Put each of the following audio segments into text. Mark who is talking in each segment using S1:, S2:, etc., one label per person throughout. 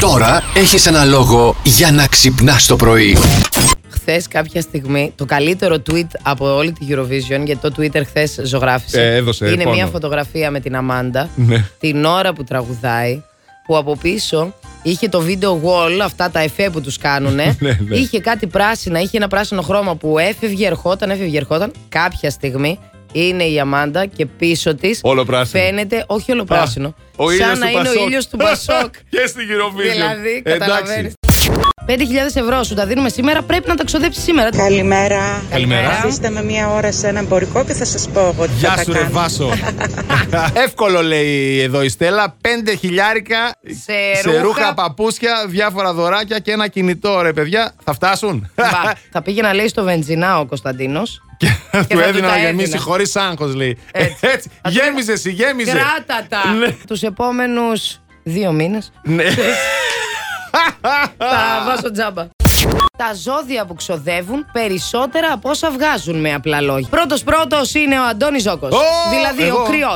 S1: Τώρα έχεις ένα λόγο για να ξυπνάς το πρωί.
S2: Χθες κάποια στιγμή το καλύτερο tweet από όλη τη Eurovision, γιατί το Twitter χθες ζωγράφησε.
S3: Ε, έδωσε,
S2: είναι
S3: πόνο.
S2: μια φωτογραφία με την Αμάντα
S3: Ναι.
S2: την ώρα που τραγουδάει, που από πίσω είχε το video wall, αυτά τα εφέ που τους κάνουν.
S3: Ναι, ναι.
S2: Είχε κάτι πράσινα, είχε ένα πράσινο χρώμα που έφευγε, ερχόταν, έφευγε, ερχόταν. Κάποια στιγμή είναι η Αμάντα και πίσω της
S3: Όλο πράσινο.
S2: φαίνεται, όχι όλο
S3: Α,
S2: πράσινο,
S3: ο ήλιος
S2: σαν να
S3: του
S2: είναι
S3: Πασόκ.
S2: ο ήλιος του Πασόκ.
S3: και στην Eurovision.
S2: δηλαδή,
S3: Εντάξει.
S2: καταλαβαίνεις. 5.000 ευρώ σου τα δίνουμε σήμερα, πρέπει να τα ξοδέψεις σήμερα.
S4: Καλημέρα.
S3: Καλημέρα.
S4: Αφήστε με μία ώρα σε ένα εμπορικό και θα σας πω ότι θα
S3: Γεια
S4: τα
S3: σου, ρε
S4: κάνω.
S3: Βάσο. Εύκολο λέει εδώ η Στέλλα. Πέντε χιλιάρικα
S2: Σε
S3: σε ρούχα,
S2: ρούχα,
S3: παπούσια, διάφορα δωράκια και ένα κινητό, ρε παιδιά. Θα φτάσουν.
S2: Μπα, θα πήγε να λέει στο βενζινά ο Κωνσταντίνος.
S3: και θα
S2: Και
S3: του
S2: θα του
S3: έδινα
S2: τα
S3: να
S2: έδινα.
S3: γεμίσει χωρίς άγχος, λέει.
S2: Έτσι.
S3: Έτσι.
S2: Θα του
S3: Γέμιζε, εσύ, γέμιζε.
S2: Κράτατα!
S3: Ναι.
S2: Τους επόμενους δύο μήνες
S3: Ναι.
S2: θα βάζω τζάμπα. Τα ζώδια που ξοδεύουν περισσότερα από όσα βγάζουν με απλά λόγια. Πρώτος πρώτος είναι ο Αντώνης Ζόκο.
S3: Ω,
S2: Δηλαδή
S3: εγώ.
S2: ο κρυό.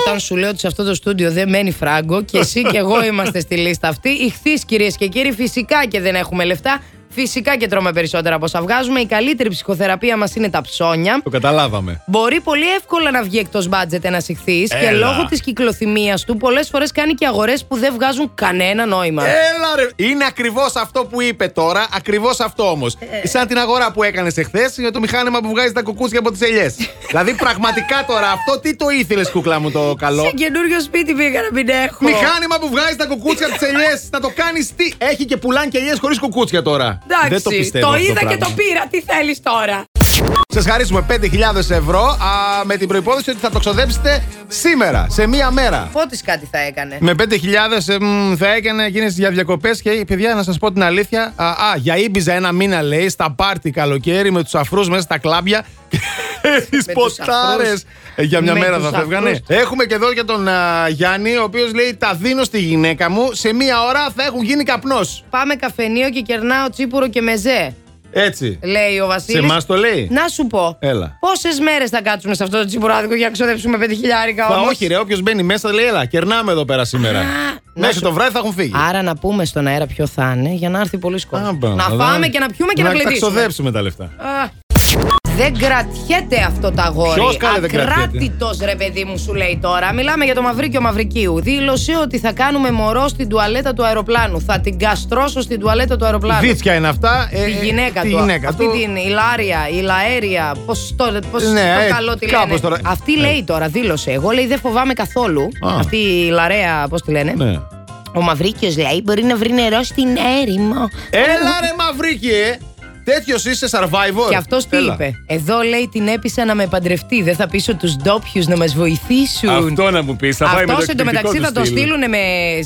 S2: Όταν σου λέω ότι σε αυτό το στούντιο δεν μένει φράγκο και εσύ και εγώ είμαστε στη λίστα αυτή. Ηχθείς κυρίες και κύριοι, φυσικά και δεν έχουμε λεφτά. Φυσικά και τρώμε περισσότερα από όσα βγάζουμε. Η καλύτερη ψυχοθεραπεία μας είναι τα ψώνια.
S3: Το καταλάβαμε.
S2: Μπορεί πολύ εύκολα να βγει εκτός μπάτζετ ένα ηχθής και
S3: Έλα.
S2: λόγω της κυκλοθυμίας του πολλές φορές κάνει και αγορές που δεν βγάζουν κανένα νόημα.
S3: Έλα ρε. Είναι ακριβώς αυτό που είπε τώρα, ακριβώς αυτό όμως.
S2: Ε,
S3: Σαν την αγορά που έκανες εχθές για το μηχάνημα που βγάζει τα κουκούτσια από τις ελιές. δηλαδή, πραγματικά τώρα αυτό τι το ήθελες, κούκλα μου το καλό.
S2: Σε καινούριο σπίτι πήγα να μην έχω.
S3: Μηχάνημα που βγάζει τα κουκούτσια από τις ελιές. Να το κάνεις τι. Έχει και πουλάνε και ελιές χωρίς κουκούτσια τώρα.
S2: Εντάξει,
S3: Δεν το πιστεύω. αυτό
S2: είδα και
S3: πράγμα.
S2: το πήρα. Τι θέλεις τώρα.
S3: Σας χαρίσουμε 5.000 ευρώ α, με την προπόθεση ότι θα το ξοδέψετε σήμερα, σε μία μέρα.
S2: Φώτης κάτι θα έκανε.
S3: Με 5.000 εμ, θα έκανε εκείνε για διακοπές και «Ε, παιδιά, να σας πω την αλήθεια. Α, α, για Ήμπιζα ένα μήνα λέει, στα πάρτι καλοκαίρι με τους αφρούς μέσα στα κλάμπια. Τις
S2: τους
S3: ποτάρε.
S2: αφρούς.
S3: Ε, Για μια
S2: Με
S3: μέρα
S2: τους
S3: θα φεύγανε.
S2: αφρούς.
S3: Έχουμε και εδώ και τον α, Γιάννη, ο οποίος λέει: Τα δίνω στη γυναίκα μου, σε μία ώρα θα έχουν γίνει καπνός.
S2: Πάμε καφενείο και κερνάω τσίπουρο και μεζέ.
S3: Έτσι.
S2: Λέει ο
S3: Σε
S2: Βασίλη.
S3: εμάς το λέει.
S2: Να σου πω.
S3: Έλα.
S2: Πόσες μέρες θα κάτσουμε σε αυτό το τσιμπουράδικο για να ξοδέψουμε 5 χιλιάρικα
S3: Μα
S2: όμως?
S3: όχι, ρε, όποιος μπαίνει μέσα λέει: Ελά, κερνάμε εδώ πέρα σήμερα. Μέχρι το βράδυ θα έχουν φύγει.
S2: Άρα να πούμε στον αέρα ποιο θα είναι για να έρθει πολύ κόσμο.
S3: Άμπα,
S2: Να
S3: δα-
S2: φάμε και να πιούμε και να
S3: Να τα
S2: γλεντήσουμε.
S3: ξοδέψουμε τα λεφτά.
S2: Α, Δεν κρατιέται αυτό το αγόρι.
S3: Ποιος καλά δεν κρατιέται?
S2: Ακράτητος, ρε παιδί μου, σου λέει τώρα. Μιλάμε για το Μαυρίκιο Μαυρικίου. Δήλωσε ότι θα κάνουμε μωρό στην τουαλέτα του αεροπλάνου. Θα την καστρώσω στην τουαλέτα του αεροπλάνου.
S3: Βίτσια είναι αυτά. ε,
S2: Τη
S3: ε,
S2: γυναίκα
S3: τη
S2: του.
S3: γυναίκα
S2: αυτή
S3: του.
S2: την η Λάρια, η Λαέρια. Πώς το, πώς
S3: Ναι,
S2: το
S3: ε,
S2: καλό τη
S3: κάπως
S2: λένε.
S3: τώρα.
S2: Αυτή
S3: Ε.
S2: λέει τώρα, δήλωσε. Εγώ λέει δεν φοβάμαι καθόλου.
S3: Α.
S2: Αυτή η Λαρέα, πώς τη λένε.
S3: Ναι.
S2: Ο Μαυρίκιος λέει μπορεί να βρει νερό στην έρημο.
S3: Έλα ρε μαυρίκι, ε! Τέτοιος είσαι survivor.
S2: Και αυτός τι
S3: Έλα.
S2: είπε. Εδώ λέει την έπεισα να με παντρευτεί. Δεν θα πείσω τους ντόπιους να μας βοηθήσουν.
S3: Αυτό να μου πεις, θα πάει με το
S2: Αυτός εντωμεταξύ
S3: εκπληκτικό
S2: θα
S3: του
S2: το
S3: στυλ.
S2: στείλουν με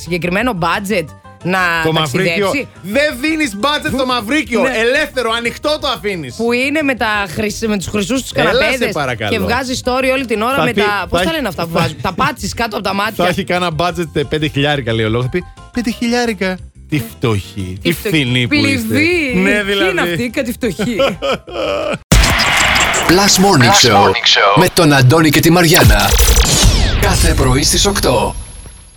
S2: συγκεκριμένο μπάτζετ να
S3: Το μαυρίκιο.
S2: ταξιδέψει.
S3: Δεν δίνεις μπάτζετ στο μαυρίκιο.
S2: Ναι.
S3: Ελεύθερο, ανοιχτό το αφήνεις.
S2: Που είναι με, τα χρυσ, με τους χρυσούς τους
S3: Έλα, σε
S2: καναπέδες
S3: παρακαλώ.
S2: Και βγάζει story όλη την ώρα
S3: Θα
S2: με
S3: πει-
S2: τα... Πώς
S3: θα
S2: τα
S3: έχει-
S2: λένε αυτά που
S3: θα-
S2: βάζουν Τα πάτσεις κάτω από τα
S3: Θα
S2: μάτια
S3: έχει κανένα μπάτζετ 5 χιλιάρικα, λέει ο λόγος. Θα πει 5 χιλιάρικα. Τι φτωχή, τι φθηνή που είστε.
S2: Πληβή.
S3: Ναι,
S2: Ποιοι είναι αυτοί,
S3: δηλαδή.
S2: κάτι φτωχοί
S1: Plus Morning, Show, με τον Αντώνη και τη Μαριάνα. Κάθε πρωί στις 8.